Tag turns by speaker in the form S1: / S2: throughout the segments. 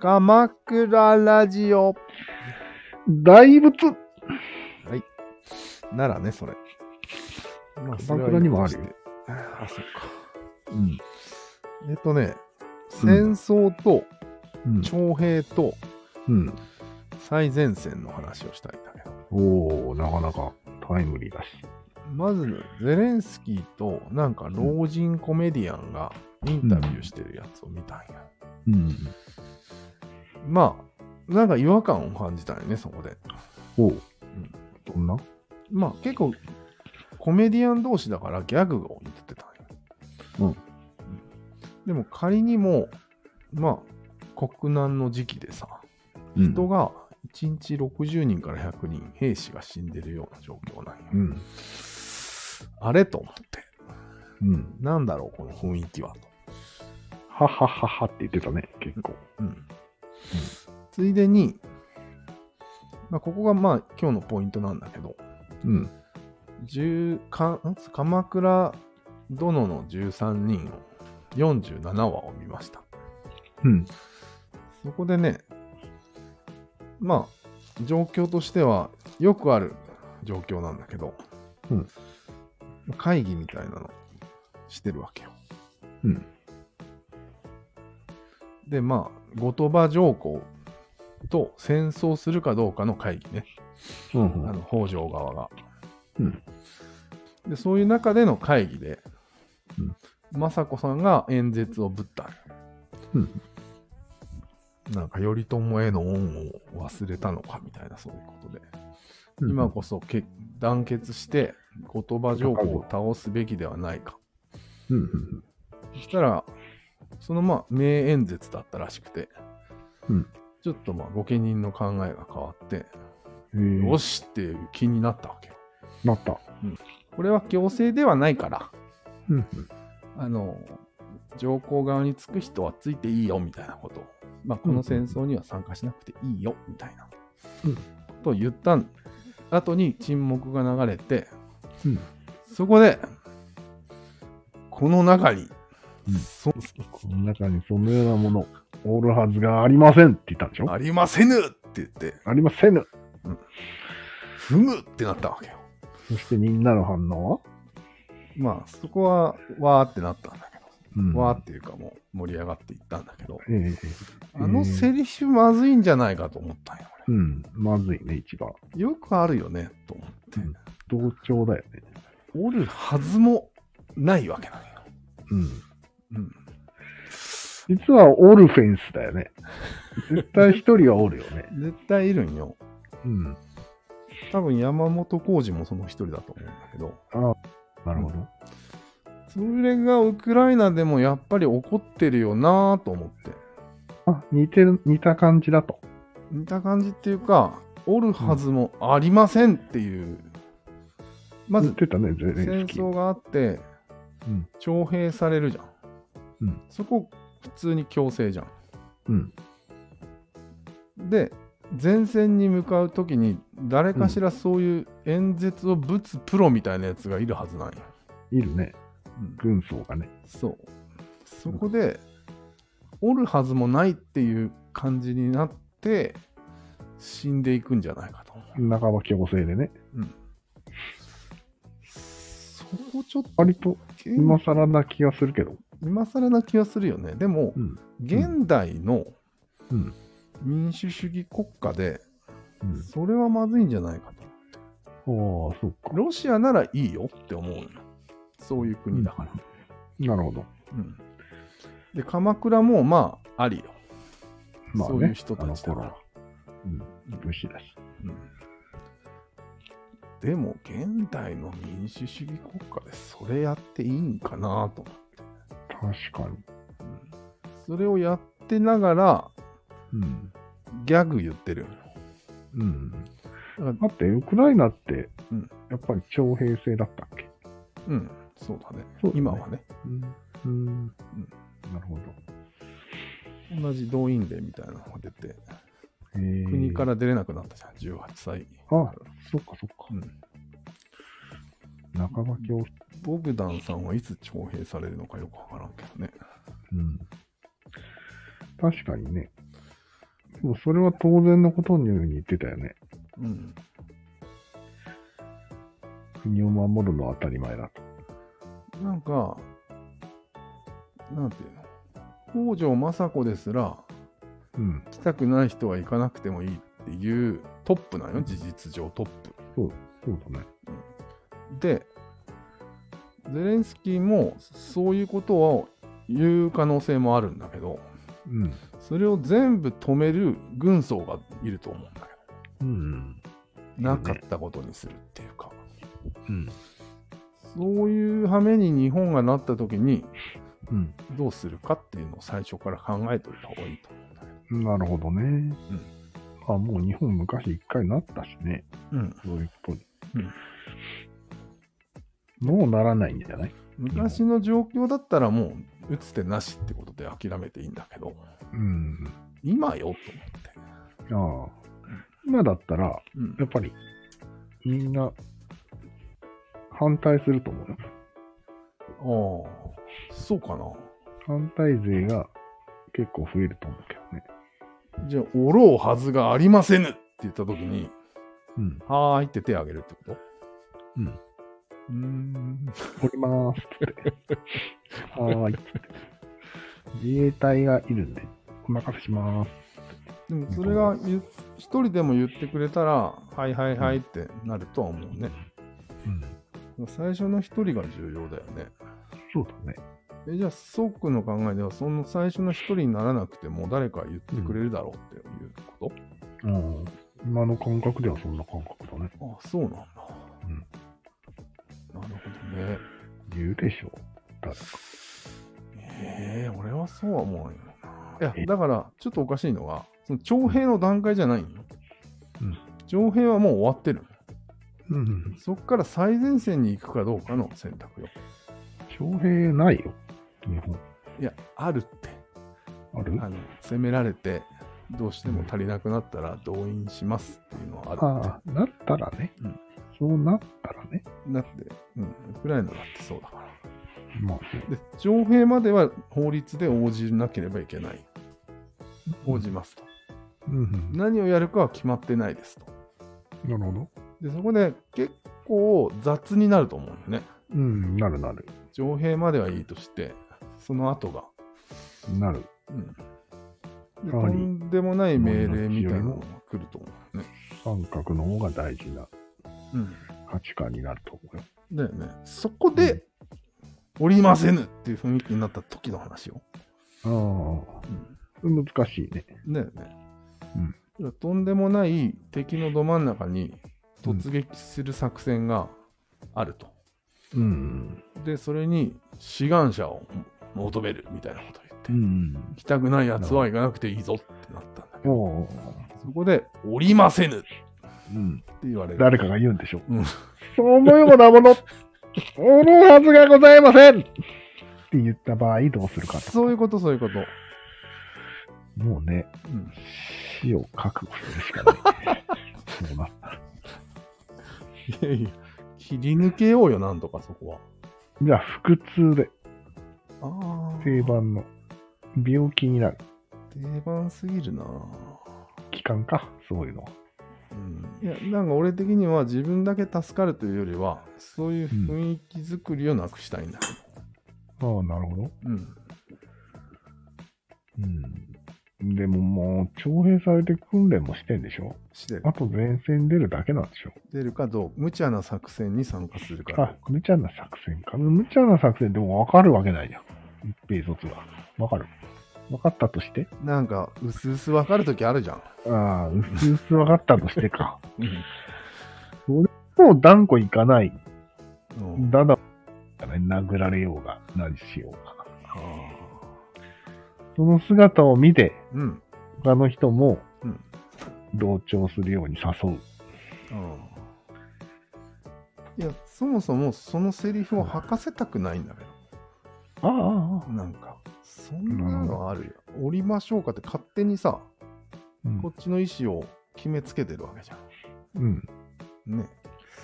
S1: 鎌倉ラジオ。
S2: 大仏
S1: ならね、それ。まあ
S2: 鎌倉にもある
S1: そ
S2: よ。
S1: れはいいとしてあ、そっか。
S2: うん。
S1: えっとね、
S2: う
S1: 戦
S2: ん
S1: 争と
S2: うん。
S1: 徴兵と
S2: うん。
S1: 最前線の話をしたいんだけど。
S2: おー、なかなかタイムリーだし。
S1: まず、ゼレンスキーとなんか老人コメディアンがインタビューしてるやつを見たんや。
S2: うん。
S1: まあ、なんか違和感を感じたんよね、そこで。
S2: おう。どんな
S1: まあ結構、コメディアン同士だからギャグが置いてたんや。
S2: うん
S1: でも仮にも、まあ、国難の時期でさ、
S2: うん
S1: 人が1日60人から100人、兵士が死んでるような状況なんや。
S2: うん。
S1: あれと思って、
S2: うん。
S1: なんだろう、この雰囲気はと。
S2: ははははって言ってたね、結構。
S1: うん、ついでに、まあ、ここがまあ今日のポイントなんだけど
S2: うん。
S1: 10かん鎌倉殿の13人を47話を見ました
S2: うん。
S1: そこでねまあ状況としてはよくある状況なんだけど、
S2: うん
S1: 会議みたいなのしてるわけよ
S2: うん。
S1: でまあ後鳥羽上皇と戦争するかどうかの会議ね
S2: うん
S1: あの北条側が、
S2: うん
S1: で。そういう中での会議で、
S2: うん
S1: 政子さんが演説をぶった。
S2: うん
S1: なんか頼朝への恩を忘れたのかみたいなそういうことで、
S2: うん
S1: 今こそけ団結して後鳥羽上皇を倒すべきではないか。
S2: うんうん。
S1: そしたら、そのまあ名演説だったらしくて、
S2: うん
S1: ちょっとまあ御家人の考えが変わって、
S2: うん。
S1: よ
S2: し。
S1: しっていう気になったわけよ。
S2: なった。
S1: これは強制ではないから、
S2: うん。
S1: あの、上皇側につく人はついていいよみたいなことを、まあ、この戦争には参加しなくていいよみたいな
S2: うん
S1: ことを言ったん後に沈黙が流れて、
S2: うん
S1: そこで、この中に、
S2: うん
S1: そ
S2: この中にそのようなもの、おるはずがありませんって言ったんでしょ
S1: ありませぬって言って、
S2: ありませぬ。
S1: ふむってなったわけよ。
S2: そしてみんなの反応は
S1: まあ、そこは、わーってなったんだけど、
S2: うん
S1: わーっていうかもう盛り上がっていったんだけど、
S2: ええ
S1: あのセリフまずいんじゃないかと思ったんよ、俺
S2: うん。まずいね、一番。
S1: よくあるよね、と思って。
S2: 同調だよね。
S1: おるはずもないわけなんよ。
S2: うん。
S1: うん。
S2: 実はオルフェンスだよね。絶対一人はおるよね。
S1: 絶対いるんよ。
S2: うん。
S1: 多分山本浩二もその一人だと思うんだけど、
S2: なるほど。
S1: それがウクライナでもやっぱり起こってるよなぁと思って。
S2: あ、似てる、似た感じだと。
S1: 似た感じっていうか、おるはずもありませんっていう。ま
S2: 言
S1: ず
S2: っ、てたね、ゼレ
S1: 戦
S2: ンスキ
S1: 争
S2: ー。
S1: があって
S2: うん、
S1: 徴兵されるじゃん。
S2: うん
S1: そこ、普通に強制じゃん。
S2: うん。
S1: で前線に向かう時に誰かしらそういう演説をぶつプロみたいなやつがいるはずなんや、
S2: いるね。
S1: うん
S2: 軍曹がね。
S1: そうそこで、おるはずもないっていう感じになって死んでいくんじゃないかと思
S2: 半ば強制でね。
S1: う、うん、そこちょっと
S2: 割と
S1: け
S2: 今更な気がするけど。
S1: 今更な気がするよねでも、
S2: うん。
S1: 現代の
S2: うん。
S1: 民主主義国家で
S2: うん。
S1: それはまずいんじゃないかと
S2: ああ、そうか。
S1: ロシアならいいよって思うよそういう国だから。
S2: なるほど。
S1: うんで、鎌倉もまあ、ありよ。
S2: まあね、
S1: そういう人たち
S2: あ
S1: だ
S2: の
S1: か
S2: 頃
S1: ら
S2: は。うん。武士だし。
S1: うんでも、現代の民主主義国家でそれやっていいんかなと思って。
S2: 確かに。
S1: それをやってながら、
S2: うん。
S1: ギャグ言ってるよ。
S2: うん。
S1: だから
S2: だって、ウクライナって
S1: うん、
S2: やっぱり徴兵制だったっけ
S1: うん、そうだね。
S2: そうだね
S1: 今はね、
S2: うん。うん。なるほど。
S1: 同じ動員令みたいなのが出て、国
S2: 国
S1: から出れなくなったじゃん、18歳。
S2: あ、そっかそっか。
S1: うん
S2: 中垣を、
S1: ボグダンさんはいつ徴兵されるのかよくわからんけどね。
S2: うん。確かにね。もうそれは当然のことのように言ってたよね。
S1: うん、
S2: 国を守るのは当たり前だと。
S1: なんか、なんていうの、北条政子ですら、
S2: うん。
S1: 来たくない人は行かなくてもいいっていうトップなのよ、事実上トップ。
S2: そうだね。
S1: で、ゼレンスキーもそういうことを言う可能性もあるんだけど、
S2: うん。
S1: それを全部止める軍曹がいると思うんだけ
S2: うん。
S1: ど、なかったことにするっていうか、
S2: うん。
S1: そういう羽目に日本がなった時に
S2: うん。
S1: どうするかっていうのを最初から考えておいた方がいいと思うんだけど。
S2: なるほどね。まあもう日本昔一回なったしね。
S1: うん、
S2: そういうことに。もうならないんじゃない
S1: 昔の状況だったらもう打つ手なしってことで諦めていいんだけど、
S2: うん。
S1: 今よと
S2: ああ。今だったら、
S1: 思って。う
S2: やっ
S1: ん、
S2: ぱり、みんな、反対すると思うよ。
S1: ああ、そうかな。
S2: 反対勢が結構増えると思うけどね。
S1: じゃあ、おろうはずがありませぬって言ったときに、
S2: うん。
S1: はーいって手を挙げるってこと
S2: うん
S1: うーん。
S2: 降りまーすつ って。はーいっつって。自衛隊がいるんで、お任せしまーす。
S1: でも、それが言う一人でも言ってくれたら、はいはいはいってなるとは思うね。
S2: うん。
S1: 最初の一人が重要だよね。
S2: そうだね。
S1: えじゃあ、ソックの考えでは、その最初の一人にならなくても、誰か言ってくれるだろうっていうこと、
S2: うん。今の感覚ではそんな感覚だね。
S1: ああ、そうなんだ。
S2: うん
S1: なるほどね。
S2: 言うでしょ。誰か。
S1: ええ俺はそうは思わんよな。い
S2: え
S1: や、だから、ちょっとおかしいのが、その徴兵の段階じゃないんよ。
S2: うん
S1: 徴兵はもう終わってる。
S2: うん。
S1: そこから最前線に行くかどうかの選択よ。
S2: 徴兵ないよ。日本。
S1: いや、あるって。
S2: ある
S1: あの攻められて、どうしても足りなくなったら動員しますっていうのはあるっ
S2: ああ、なったらね。
S1: うん
S2: そうなったらね。
S1: て。だって、うん、ウクライナだってそうだから。
S2: まあ、
S1: で、徴兵までは法律で応じなければいけない。応じますと。
S2: うん。
S1: 何をやるかは決まってないですと。
S2: なるほど。
S1: でそこで結構雑になると思うんだよね。
S2: うん、なるなる。
S1: 上兵まではいいとして、その後が。
S2: なる。
S1: うんで
S2: やは
S1: と
S2: り
S1: んでもない命令みたいなのが来ると思うよね。
S2: 三角の方が大事な
S1: うん
S2: 価値観になると思うよ。
S1: だよね。そこで、おりませぬっていう雰囲気になった時の話を。
S2: ああ、難しいね。
S1: だよね。
S2: うん
S1: だからとんでもない敵のど真ん中に突撃する作戦があると。
S2: うん。
S1: で、それに志願者を求めるみたいなことを言って。
S2: ん
S1: 行。きたくないやつは行かなくていいぞってなったんだけど、
S2: おう
S1: そこで、おりませぬって
S2: うん。
S1: 言われる。
S2: 誰かが言うんでしょう。
S1: うん
S2: そう思いもなもの、おるはずがございませんって言った場合どうするかと。
S1: そういうこと、そういうこと。
S2: もうね、
S1: うん、
S2: 死を覚悟するしかない。 そうな。
S1: いやいや、切り抜けようよ、なんとかそこは。
S2: じゃあ、腹痛で、
S1: ああ、
S2: 定番の病気になる。
S1: 定番すぎるな。
S2: 期間か、そういうのは。
S1: うん、いや、なんか俺的には自分だけ助かるというよりは、そういう雰囲気作りをなくしたいんだけ
S2: ああ、なるほど。
S1: ど。うん。
S2: うん。でももう、徴兵されて訓練もしてんでしょ
S1: してる
S2: あと前線出るだけなんでしょ
S1: 出るかどうか、無茶な作戦に参加するから
S2: あ。、無茶な作戦か。無茶な作戦でも分かるわけないじゃん。一平卒が。分かる。分かったとして
S1: なんか、うすうす分かるときあるじゃん。
S2: ああ、うすうす分かったとして か。
S1: うん
S2: もう断固いかない。
S1: うん
S2: だだ、殴られようが、何しようが。
S1: あー
S2: その姿を見て、
S1: うん。
S2: 他の人も
S1: うん、
S2: 同調するように誘う。
S1: いや、そもそもそのセリフを吐かせたくないんだけ
S2: ああ、ああ、
S1: ど、なんか、そんなのあるよ。降りましょうかって勝手にさ、
S2: うん
S1: こっちの意思を決めつけてるわけじゃ
S2: うん。
S1: ん。ね。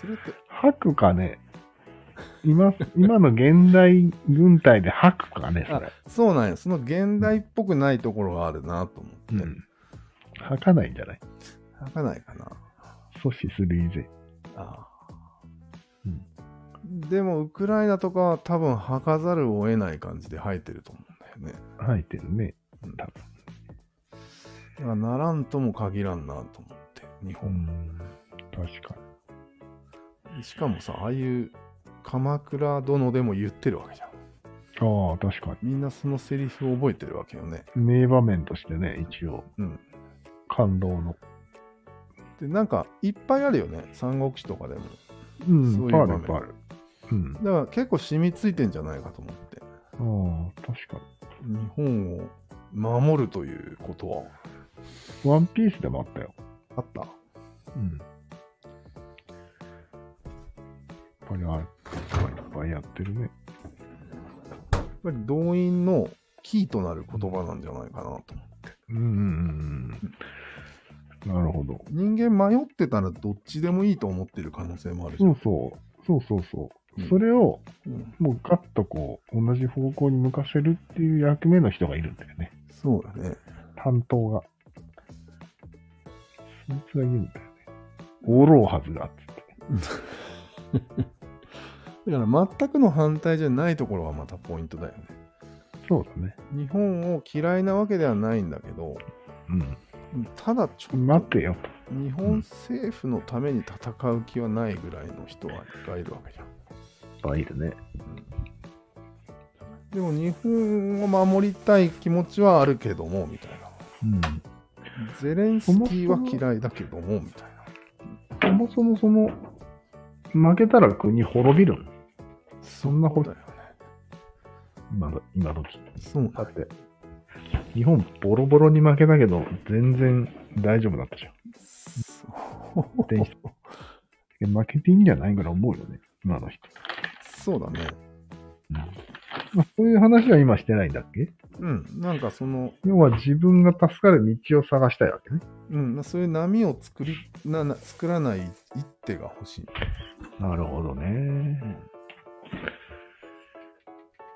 S1: それって、
S2: 吐くかね。今、今の現代軍隊で吐くかね、それ。
S1: そうなんや。その現代っぽくないところがあるなと思って。
S2: うん。吐かないんじゃない
S1: 吐かないかな。
S2: 阻止する以前。
S1: あ
S2: う
S1: ーでも、ウクライナとかは多分吐かざるを得ない感じで吐いてると思うんだよね。
S2: 吐いてるね。
S1: うん
S2: 多
S1: だからならんとも限らんなと思って、日
S2: 分。う
S1: 本。
S2: ん。確かに。
S1: しかもさ、ああいう鎌倉殿でも言ってるわけじゃん。
S2: ああ、確か
S1: みんなそのセリフを覚えてるわけよね。
S2: に。名場面としてね、一応。
S1: うん。
S2: 感動の。
S1: で、なんかいっぱいあるよね。三国志とかでも。
S2: う
S1: そうい
S2: ん、
S1: う
S2: パ
S1: 場
S2: ール
S1: 面
S2: パール。うん。
S1: だから結構染みついてんじゃないかと思って。
S2: ああ、確かに。
S1: 日本を守るということは
S2: ワンピースでもあったよ。
S1: あった。
S2: うん。やっぱりあれ、いっぱいやってるね。
S1: やっぱり動員のキーとなる言葉なんじゃないかなと。
S2: うんうんうん。なるほど。
S1: 人間迷ってたらどっちでもいいと思ってる可能性もあるじゃ
S2: そ
S1: ん。
S2: うそう。そうそうそう。
S1: うん
S2: それを、
S1: うん
S2: もうガッとこう、同じ方向に向かせるっていう役目の人がいるんだよね。
S1: そうだね。
S2: 担当が。そいつが言うんだよね。おろうはずだっつって。
S1: だから全くの反対じゃないところがまたポイントだよね。
S2: そうだね。
S1: 日本を嫌いなわけではないんだけど、
S2: う
S1: ただちょ
S2: ん。
S1: っ
S2: 待
S1: と
S2: てよと。
S1: 日本政府のために戦う気はないぐらいの人がいるわけじゃん。
S2: あ、いるね。
S1: でも日本を守りたい気持ちはあるけども、みたいな。
S2: うん。
S1: ゼレンスキーは嫌いだけども、みたいな。
S2: そもそもその、負けたら国滅びるん
S1: そ
S2: んなこ
S1: こととだよね。
S2: 今の、今時。
S1: そうなんだ
S2: だって、日本ボロボロに負けたけど、全然大丈夫だったじゃん。
S1: そう
S2: 電子え負けていいんじゃないぐらい思うよね、今の人。
S1: そうだね。
S2: まあ、そういう話は今してないんだっけ
S1: うん。なんかその、
S2: 要は自分が助かる道を探したいわけね。
S1: うん、まあそういう波を作りなな作らない一手が欲しい。
S2: なるほどね。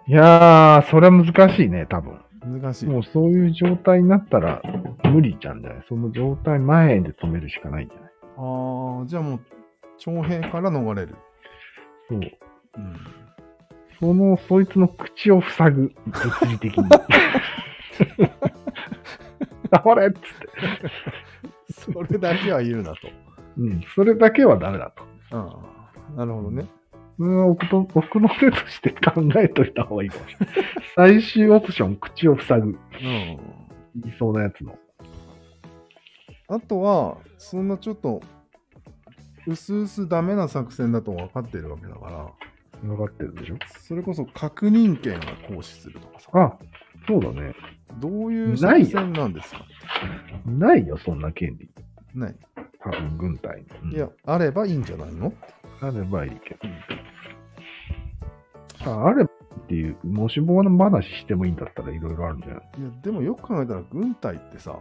S2: いやー、それは難しいね、多分。
S1: 難しい。
S2: もうそういう状態になったら無理じゃんじゃないその状態前で止めるしかないんじゃない
S1: ああ、じゃあもう、徴兵から逃れる。
S2: そう。
S1: うん、
S2: その、そいつの口を塞ぐ、物理的に。 黙れっつって。
S1: それだけは言うなと。
S2: うん、それだけはダメだと。
S1: ああ、なるほどね。
S2: うん、奥の奥の手として考えといた方がいいかもしれない。最終オプション、口を塞ぐ。
S1: うん。
S2: 言いそうなやつの。
S1: あとは、そんなちょっと、うすうすダメな作戦だと分かってるわけだから、
S2: 分かってるでしょ
S1: それこそ確認権が行使するとかさ、
S2: あ、そうだね。
S1: どういう
S2: ない
S1: 作
S2: よ
S1: 戦なんですか
S2: ないよ、そんな権利。
S1: ない。
S2: 多分、軍隊に。うん
S1: いや、、あればいいんじゃないの
S2: あればいいけど。ああればっていう、もしもの話してもいいんだったらいろいろあるんじゃない
S1: いや、でもよく考えたら、軍隊ってさ、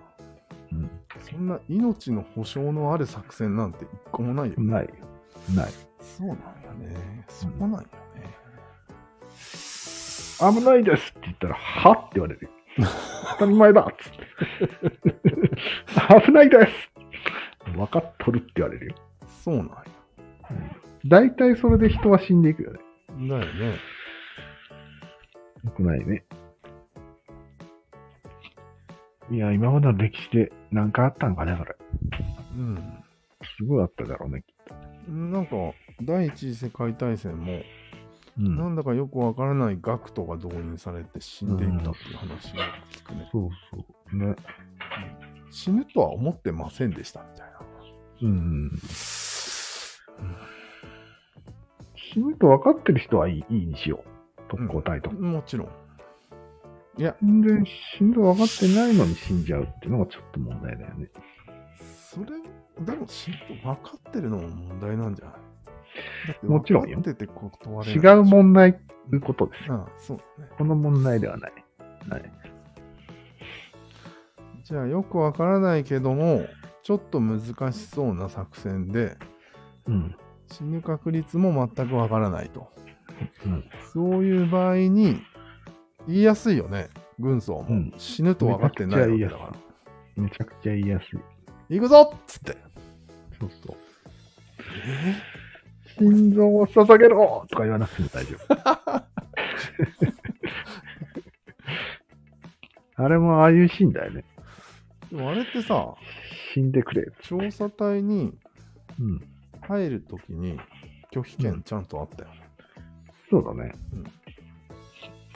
S2: うん。
S1: そんな命の保証のある作戦なんて一個もないよ。
S2: ないよ。ない。
S1: そうなんやね。そこなんやね。
S2: 危ないですって言ったら、はって言われるよ。当たり前だっつって。危ないです分かっとるって言われるよ。
S1: そうなんや。
S2: 大体それで人は死んでいくよね。
S1: だよね。
S2: 良くないね。いや、今までの歴史で何かあったのかね、それ。すごいあっただろうね。
S1: うん。なんか、第一次世界大戦も、
S2: うん
S1: なんだかよくわからない学徒が動員されて死んでいったっていう話を聞くね。
S2: そうそう。ね。
S1: 死ぬとは思ってませんでしたみたいな。
S2: うん。死ぬと分かってる人はいいいいにしよう。特攻隊とか。
S1: もちろん。いや、
S2: 全然死ぬと分かってないのに死んじゃうっていうのがちょっと問題だよね。
S1: それ、でも死ぬと分かってるのも問題なんじゃないだって
S2: もちろんよ
S1: 分かってて断れ
S2: 違う問題ということですよ。
S1: ああそうだね。
S2: この問題ではない。はい。
S1: じゃあよくわからないけども、ちょっと難しそうな作戦で、
S2: うん。
S1: 死ぬ確率も全くわからないと。
S2: うん
S1: そういう場合に、言いやすいよね、軍曹も。
S2: うん
S1: 死ぬと分かってないわけだから。
S2: めちゃくちゃ言いやすい。
S1: 行くぞっつって。
S2: そうそう。心臓を捧げろとか言わなくても大丈夫。 あれもああいうシーンだよね。
S1: でもあれってさ、
S2: 死んでくれ。
S1: 調査隊に
S2: うん。
S1: 入るときに拒否権ちゃんとあったよ。
S2: そうだね。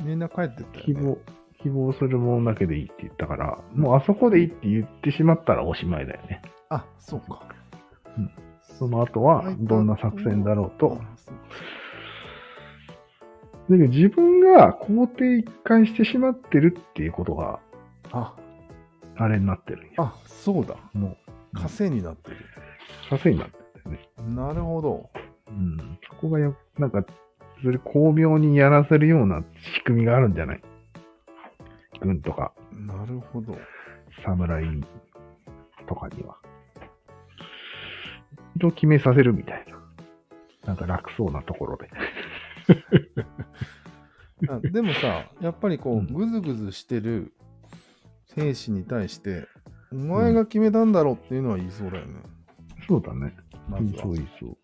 S1: みんな帰ってったよ、
S2: 希
S1: ね。
S2: 望、希望するものだけでいいって言ったから、もうあそこでいいって言ってしまったらおしまいだよね。
S1: あ、そうか。
S2: その後は、どんな作戦だろうと。
S1: あそう
S2: だけど自分が肯定一貫してしまってるっていうことが、
S1: あ、
S2: あれになってるんや。
S1: あ、そうだ。
S2: もうん
S1: 枷になってる。
S2: う、稼いになってるんだよね。
S1: なるほど。
S2: うん。そこがよ、なんか、それ巧妙にやらせるような仕組みがあるんじゃない軍とか、
S1: なるほど。
S2: 侍とかには。色決めさせるみたいな。なんか楽そうなところで。
S1: あでもさ、やっぱりこ
S2: う
S1: う、
S2: ん
S1: ぐずぐずしてる兵士に対して、お前が決めたんだろうっていうのは言いそうだよね。
S2: そうだね。
S1: ま
S2: い
S1: ず
S2: いそう
S1: は。
S2: いいそう。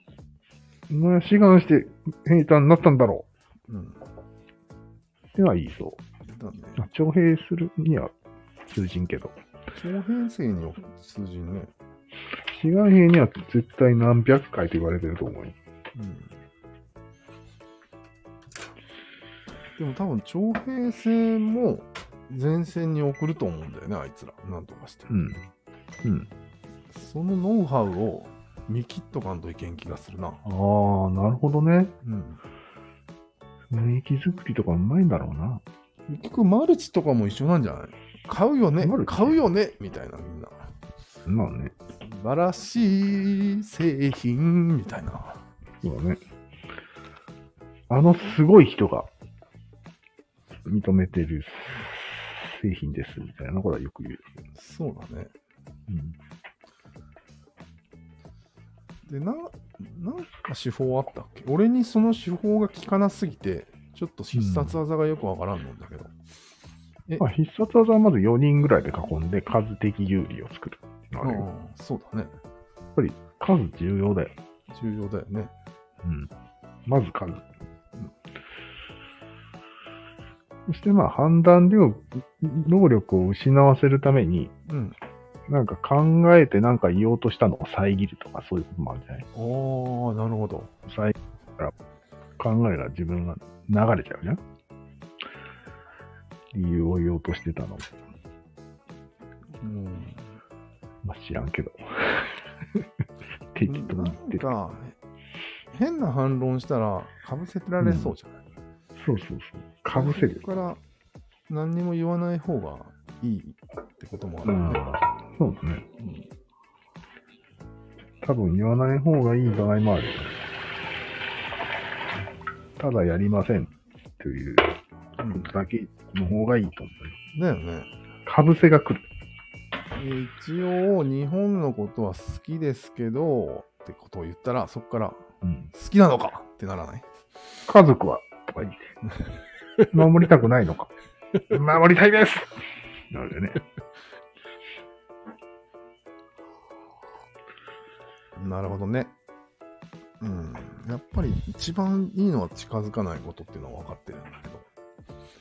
S2: お前は志願して兵隊になったんだろ
S1: うん。
S2: うってのはいいそう。
S1: だね。
S2: まあ、徴兵するには通じんけど、
S1: 長編成には通じんね。
S2: 志願兵には絶対何百回と言われてると思うよ。
S1: うん。でも多分、徴兵制も前線に送ると思うんだよね、あいつら。なんとかして。
S2: うん。うん。
S1: そのノウハウを見切っとかんといけん気がするな。
S2: ああ、なるほどね。
S1: うん。
S2: 雰囲気作りとかうまいんだろうな。
S1: 結局、マルチとかも一緒なんじゃない買うよね
S2: マル、チ
S1: 買うよね、みたいな、みんな。
S2: まあね。
S1: 素晴らしい製品、みたいな。
S2: そうだね。あのすごい人が認めてる製品ですみたいなことはよく言う。
S1: そうだね。
S2: うん。
S1: で、な、なんか手法あったっけ俺にその手法が効かなすぎて、ちょっと必殺技がよくわからんのんだけど。
S2: まあ必殺技はまず4人ぐらいで囲んで数的有利を作るっていうのはあるよ。
S1: うん、そうだね。
S2: 数重要だよ。
S1: 重要だよね。
S2: うん。まず数。そしてまあ判断力、能力を失わせるために、
S1: うん。
S2: なんか考えてなんか言おうとしたのを遮るとかそういうこともあるんじゃない
S1: ああ、なるほど。
S2: 遮るから考えが自分が流れちゃうじゃん理由を言おうとしてたの。
S1: うん。
S2: まあ、知らんけど。 適当に言ってる。
S1: なんか、変な反論したら、かぶせてられそうじゃない、
S2: そうそうそう。かぶせるよ
S1: そこから、何にも言わない方がいいってこともあ
S2: う
S1: るよ
S2: ん
S1: ね。
S2: そうだね。
S1: うん
S2: 多分言わない方がいい場合もあるよ。ただやりませんという
S1: うん
S2: だけの方がいいと思う
S1: だよね。
S2: よ。かぶせが来る。
S1: で一応、日本のことは好きですけど、ってことを言ったら、そこから、
S2: うん、
S1: 好きなのかってならない
S2: 家族はとか言って。守りたくない のか。守りたいですなるよね。
S1: なるほどね。うん。やっぱり一番いいのは近づかないことっていうのは分かってるんだけど。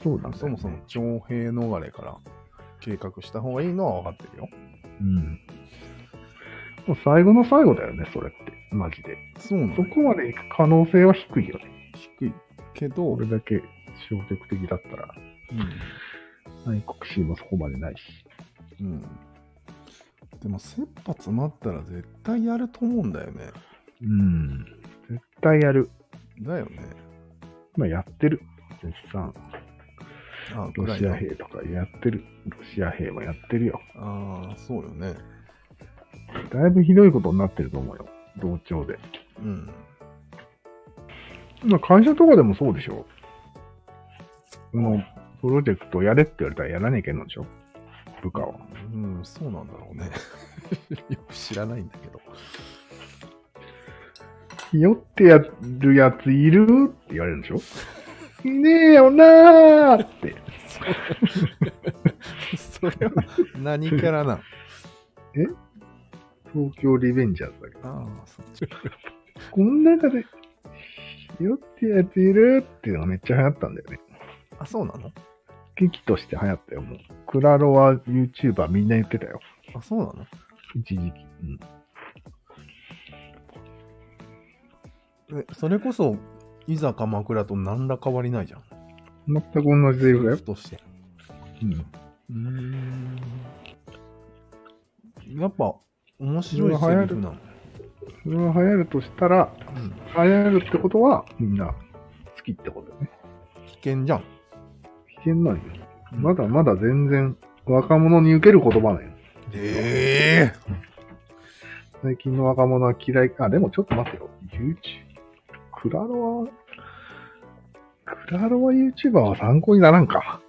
S2: そうなんだよね
S1: そもそも徴兵逃れから計画した方がいいのは分かってるよ。
S2: うん。もう最後の最後だよね、それって。マジで。
S1: そうなの
S2: そこまで行く可能性は低いよね。
S1: 低いけど、
S2: これだけ消極的だったら、愛国心もそこまでないし。
S1: うん。うん。でも、切羽詰まったら絶対やると思うんだよね。
S2: うん。絶対やる。
S1: だよね。
S2: 今やってる。絶賛。
S1: あ、
S2: ロ
S1: ぐらい
S2: シア
S1: だ。
S2: 兵とかやってる。ロシア兵もやってるよ。
S1: ああ、そうよね。
S2: だいぶひどいことになってると思うよ。同調で。
S1: うん。
S2: まあ会社とかでもそうでしょ。このプロジェクトやれって言われたらやらなきゃいけんのでしょ部下は。
S1: うん、そうなんだろうね。 よく知らないんだけど。
S2: ひよってやるやついるって言われるんでしょねえよなーって。
S1: それは何キャラなん
S2: 東京リベンジャーズだけど、
S1: ああ、そっち。
S2: この中で、ひよってやついるっていうのがめっちゃ流行ったんだよね。
S1: あ、そうなの
S2: 劇として流行ったよ、もう。クラロワ YouTuber みんな言ってたよ。
S1: あ、そうなの
S2: 一時期。うん。
S1: えそれこそ、いざ鎌倉と何ら変わりないじゃん。
S2: 全く同じセリフだよ。
S1: として。
S2: うん。
S1: うーん。やっぱ、面白いセリフなの。
S2: それは流行るとしたら、流行るってことは、みんな好きってことだね。
S1: 危険じゃん。
S2: 危険なんよ。まだまだ全然若者に受ける言葉なんよ。
S1: ええ
S2: 最近の若者は嫌い。あ、でもちょっと待ってよ。YouTube。クラロワ、クラロワ YouTuber は参考にならんか。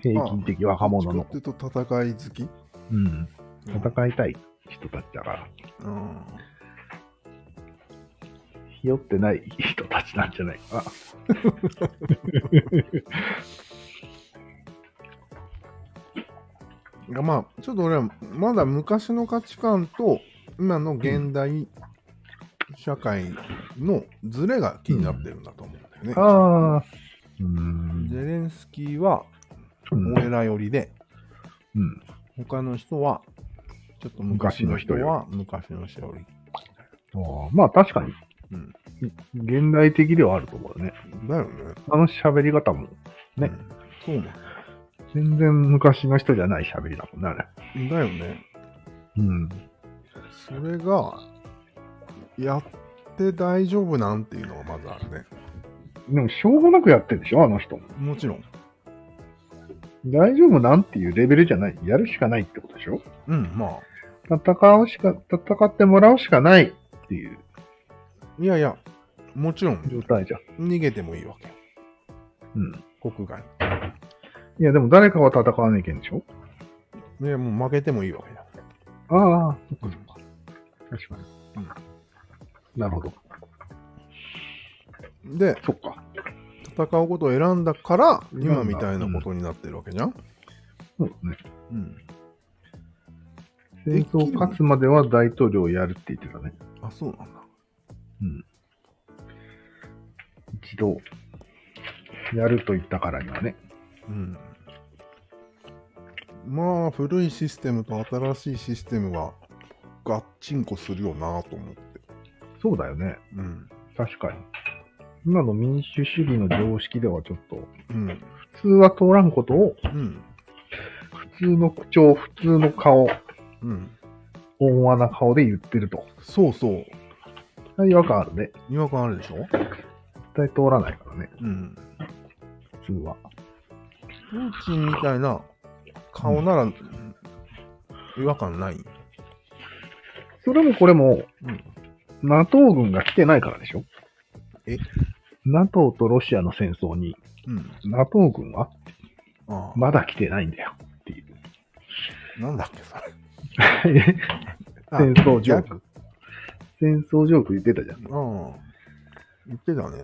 S2: 平均的若者の。
S1: と戦い好き
S2: うん。戦いたい人たちだから。
S1: うん。
S2: ひよってない人たちなんじゃない かな。
S1: いやまあ、ちょっと俺は、まだ昔の価値観と、今の現代社会のズレが気になってるんだと思うんだよね。
S2: ああ。うーん。
S1: ゼレンスキーは、
S2: うん
S1: 俺ら寄りで、
S2: うん。
S1: 他の人は、ちょっと昔の人は昔の人より。
S2: あーまあ確かに、
S1: うん
S2: 現代的ではあると思うよね。
S1: だよね。
S2: あの喋り方もね
S1: うん。そうね。
S2: 全然昔の人じゃない喋りだもんね、あれ。
S1: だよね。
S2: うん。
S1: それが、やって大丈夫なんていうのがまずあるね。
S2: でもしょうがなくやってるでしょ、あの人も。
S1: もちろん。
S2: 大丈夫なんていうレベルじゃない。やるしかないってことでしょ
S1: うん、まあ。
S2: 戦うしか、戦ってもらうしかないっていう
S1: いやいや、もちろん、
S2: 状態じゃん。
S1: 逃げてもいいわけよ。
S2: うん。
S1: 国外。
S2: いや、でも誰かは戦わなきゃいけんでしょ
S1: いや、もう負けてもいいわけだ。
S2: ああ、そっかそっか。確かに。うん。なるほど。
S1: で、
S2: そっか。
S1: 戦うことを選んだから、
S2: んだ
S1: 今みたいなことになってるわけじゃん。
S2: そうですね。
S1: うん。
S2: 戦争を勝つまでは大統領をやるって言ってたね。
S1: あ、そうなんだ。
S2: うん。一度、やると言ったからにはね。
S1: うん。まあ、古いシステムと新しいシステムは、ガッチンコするよなと思って。
S2: そうだよね。
S1: うん。
S2: 確かに。今の民主主義の常識ではちょっと、
S1: うん。
S2: 普通は通らんことを、
S1: うん。
S2: 普通の口調、普通の顔、
S1: うん。
S2: 温和な顔で言ってると。
S1: そうそう。
S2: 違和感あるね。
S1: 違和感あるでしょ
S2: 絶対通らないからね、
S1: うん。
S2: 普通は。
S1: プーチンみたいな顔なら、違和感ない。
S2: それもこれも、
S1: うん
S2: NATO 軍が来てないからでしょ
S1: え
S2: ?NATO とロシアの戦争に、
S1: うん。
S2: NATO 軍は
S1: ああ、
S2: まだ来てないんだよっていう。
S1: なんだっけ、それ。あ
S2: 戦争ジョー
S1: 逆
S2: ク。戦争ジョーク言ってたじゃ
S1: あ
S2: ん。
S1: あ。言ってたね。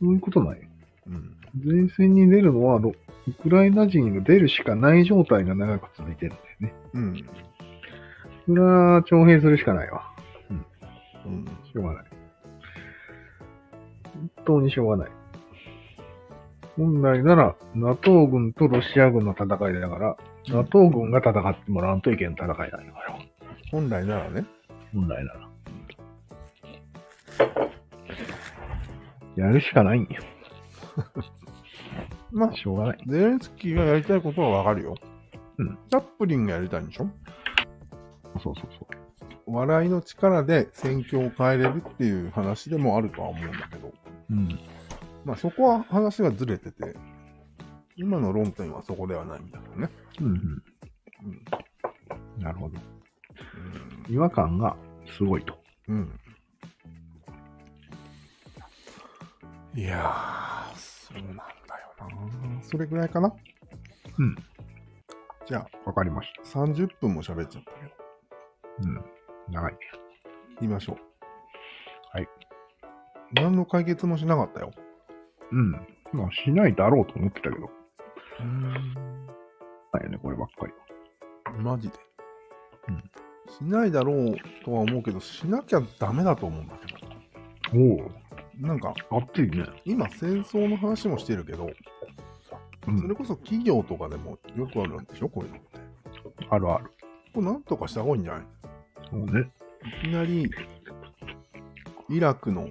S2: そういうことない。
S1: うん。
S2: 前線に出るのはロ、ウクライナ人が出るしかない状態が長く続いてるんだよね。
S1: うん。
S2: それは、徴兵するしかないわ。
S1: うん、
S2: しょうがない。本当にしょうがない。本来なら、NATO 軍とロシア軍の戦いだから、NATO 軍が戦ってもらわんといけん戦いなんだから。
S1: 本来ならね。
S2: 本来なら。やるしかないんよ。
S1: まあ、
S2: しょうがない。
S1: ゼレンスキーがやりたいことはわかるよ。
S2: うん。
S1: チャップリンがやりたいんでしょ
S2: そうそうそう。
S1: 笑いの力で戦況を変えれるっていう話でもあるとは思うんだけど、
S2: うん。
S1: まあそこは話がずれてて、今の論点はそこではないみたいなね。
S2: うん、
S1: うん
S2: うん。なるほど。違和感がすごいと。
S1: うん。いやー、そうなんだよな。それぐらいかな。
S2: うん。
S1: じゃ
S2: わかりまし
S1: あ、30分も喋っちゃったけど、
S2: た。うん。長いね。
S1: 言いましょう。
S2: はい。
S1: 何の解決もしなかったよ。
S2: うん。まあ、しないだろうと思ってたけど。
S1: うん。
S2: だよね、こればっかりは。
S1: マジで。
S2: うん
S1: しないだろうとは思うけど、しなきゃダメだと思うんだけど。
S2: お
S1: なんか、
S2: お、熱いね。
S1: 今戦争の話もしてるけど、
S2: うん
S1: それこそ企業とかでもよくあるんでしょ、こういうのって。
S2: あるある。
S1: これなんとかした方がいいんじゃない
S2: そうね。
S1: いきなり、イラクの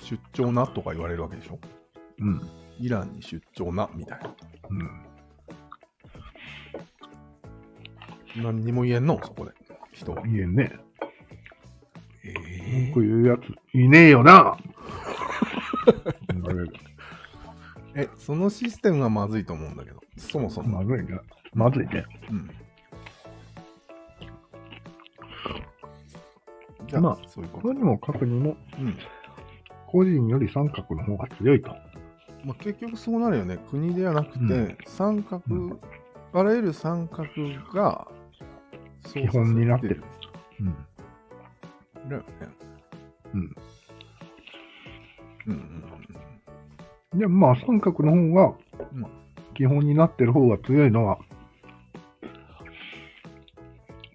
S1: 出張なとか言われるわけでしょ
S2: うん。
S1: イランに出張な、みたいな。
S2: うん。
S1: 何にも言えんのそこで。人は。
S2: 言えんね。
S1: え
S2: こういうやつ、いねえよなあれ
S1: え、そのシステムがまずいと思うんだけど。そもそも。
S2: まずいね。まずいね。
S1: うん。じゃあ、
S2: ま
S1: そういうこ。
S2: ことにも書くにも、
S1: うん。
S2: 個人より三角の方が強いと。
S1: まあ、結局そうなるよね。国ではなくて、
S2: うん
S1: 三角、
S2: うん
S1: あらゆる三角が、
S2: 基本になってる
S1: そう
S2: う
S1: そ
S2: ん。
S1: うそうだよね。
S2: うん。
S1: うんうん
S2: でもまあ、三角の方が
S1: うん、
S2: 基本になってる方が強いのは、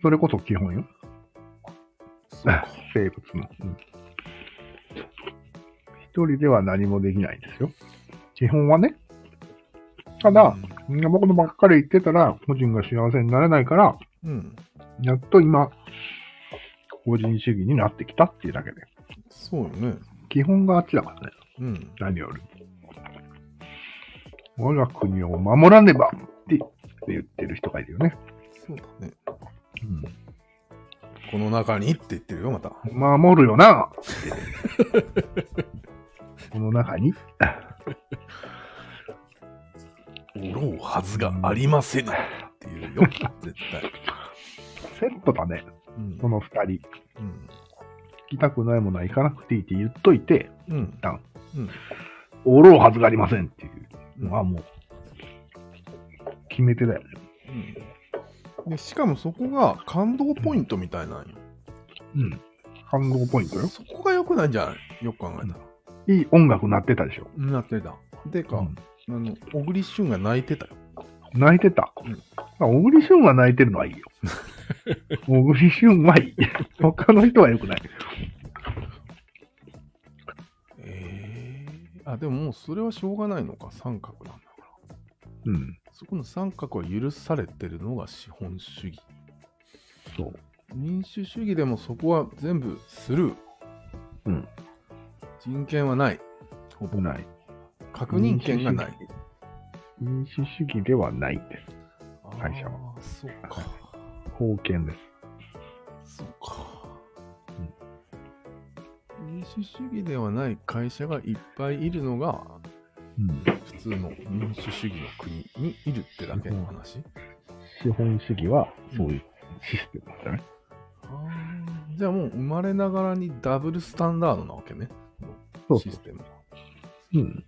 S2: それこそ基本よ。
S1: そうか
S2: 生物の。うん一人では何もできないんですよ。基本はね。ただ、みんな僕のばっかり言ってたら、個人が幸せになれないから、
S1: うん、うん
S2: やっと今、個人主義になってきたっていうだけで。
S1: そうよね。
S2: 基本があっちだからね。
S1: うん。
S2: 何より。我が国を守らねばって言ってる人がいるよね。
S1: そうだね。この中にって言ってるよ、また。
S2: 守るよなってこの中に
S1: おろうはずがありませぬっていうよ、絶対。
S2: セットだね。
S1: うん
S2: この二人。
S1: う
S2: 行
S1: ん。
S2: きたくないものは行かなくていいって言っといて、
S1: うん。
S2: ダウン。
S1: うん。
S2: おろうはずがありませんっていうの
S1: う
S2: は
S1: ん
S2: もう、決め手だよね。
S1: でしかもそこが感動ポイントみたいなんよ。
S2: うん。感動ポイントよ。
S1: そこが良くないんじゃないよく考えたら。
S2: いい音楽鳴ってたでしょ。
S1: なってた。でか、
S2: うん
S1: あの、小栗旬が泣いてたよ。
S2: 泣いてた。
S1: うん
S2: まあ小栗旬が泣いてるのはいいよ。小栗旬はいい。他の人は良くない。
S1: ええあ、でももうそれはしょうがないのか。三角なんだから。
S2: うん。
S1: そこの三角は許されてるのが資本主義。
S2: そう。
S1: 民主主義でもそこは全部スルー。
S2: うん。
S1: 人権はない。ほぼ
S2: 危ない。
S1: 確認権がない。
S2: 民主主義ではないです。会社
S1: は。そうか。
S2: 封建です。
S1: そうか。民主主義ではない会社がいっぱいいるのが
S2: うん。
S1: 普通の民主主義の国にいるってだけの話。
S2: 資本主義はそういうシステムなんだね。
S1: あーじゃあもう生まれながらにダブルスタンダードなわけね。
S2: そうそ
S1: システムが。
S2: う。うん。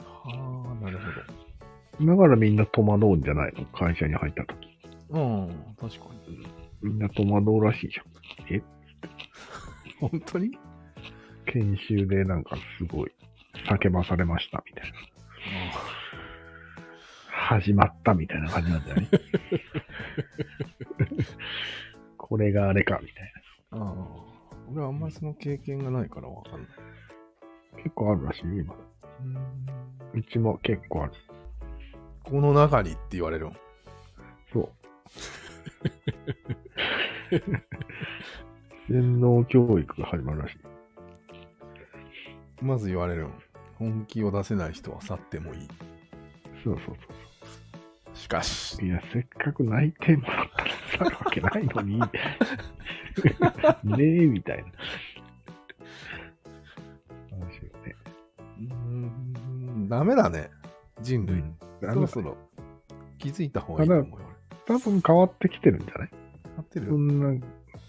S1: はあ、なる
S2: だからみんな戸惑うんじゃないの会社に入った時。
S1: ほど。うん、確かに。
S2: みんな戸惑うらしいじゃん。
S1: 本当に
S2: 研修でなんかすごい叫ばされましたみたいな。始まったみたいな感じなんじゃないこれがあれかみたい
S1: ああ。俺はあんまりその経験がないからわかんない。
S2: な。結構あるらしいよ、今。うちも結構ある。
S1: この中にって言われるもん。
S2: そう。 洗脳教育が始まるらしい。
S1: まず言われるもん。本気を出せない人は去ってもいい。
S2: そうそう
S1: しかし
S2: そ、う。いや、せっかく泣いてもらったら去るわけないの に。ねえ、みたいな。話よね。
S1: うーん、ダメだね。人類。
S2: うん
S1: そろそろ気づいた方がいいと思うよ。
S2: 多分変わってきてるんじゃない
S1: 俺合って
S2: そ
S1: る
S2: んな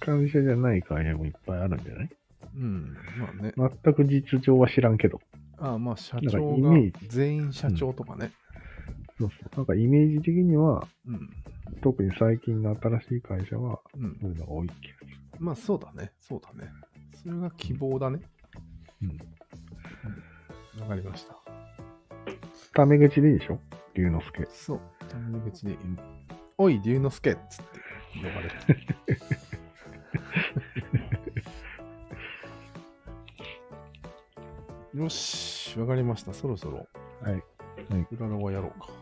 S2: 会社じゃない会社もいっぱいあるんじゃない
S1: うん。まあね。
S2: 全く実情は知らんけど。
S1: ああ、まあ社
S2: なん
S1: 長
S2: かイ
S1: が
S2: メー、
S1: 全員社長とかね。
S2: そうそう。なんかイメージ的には、
S1: うん。
S2: 特に最近の新しい会社は、
S1: うん。
S2: そういうのが多い気が
S1: まあそうだね。そうだね。それが希望だね。
S2: うん
S1: うん。わかりました。
S2: する。タメ口でいいでしょ龍之介。
S1: そう。タメ口で、おい、龍之介っつって呼ばれて。よし、わかりました。そろそろ、
S2: はい。
S1: クラロワやろうか。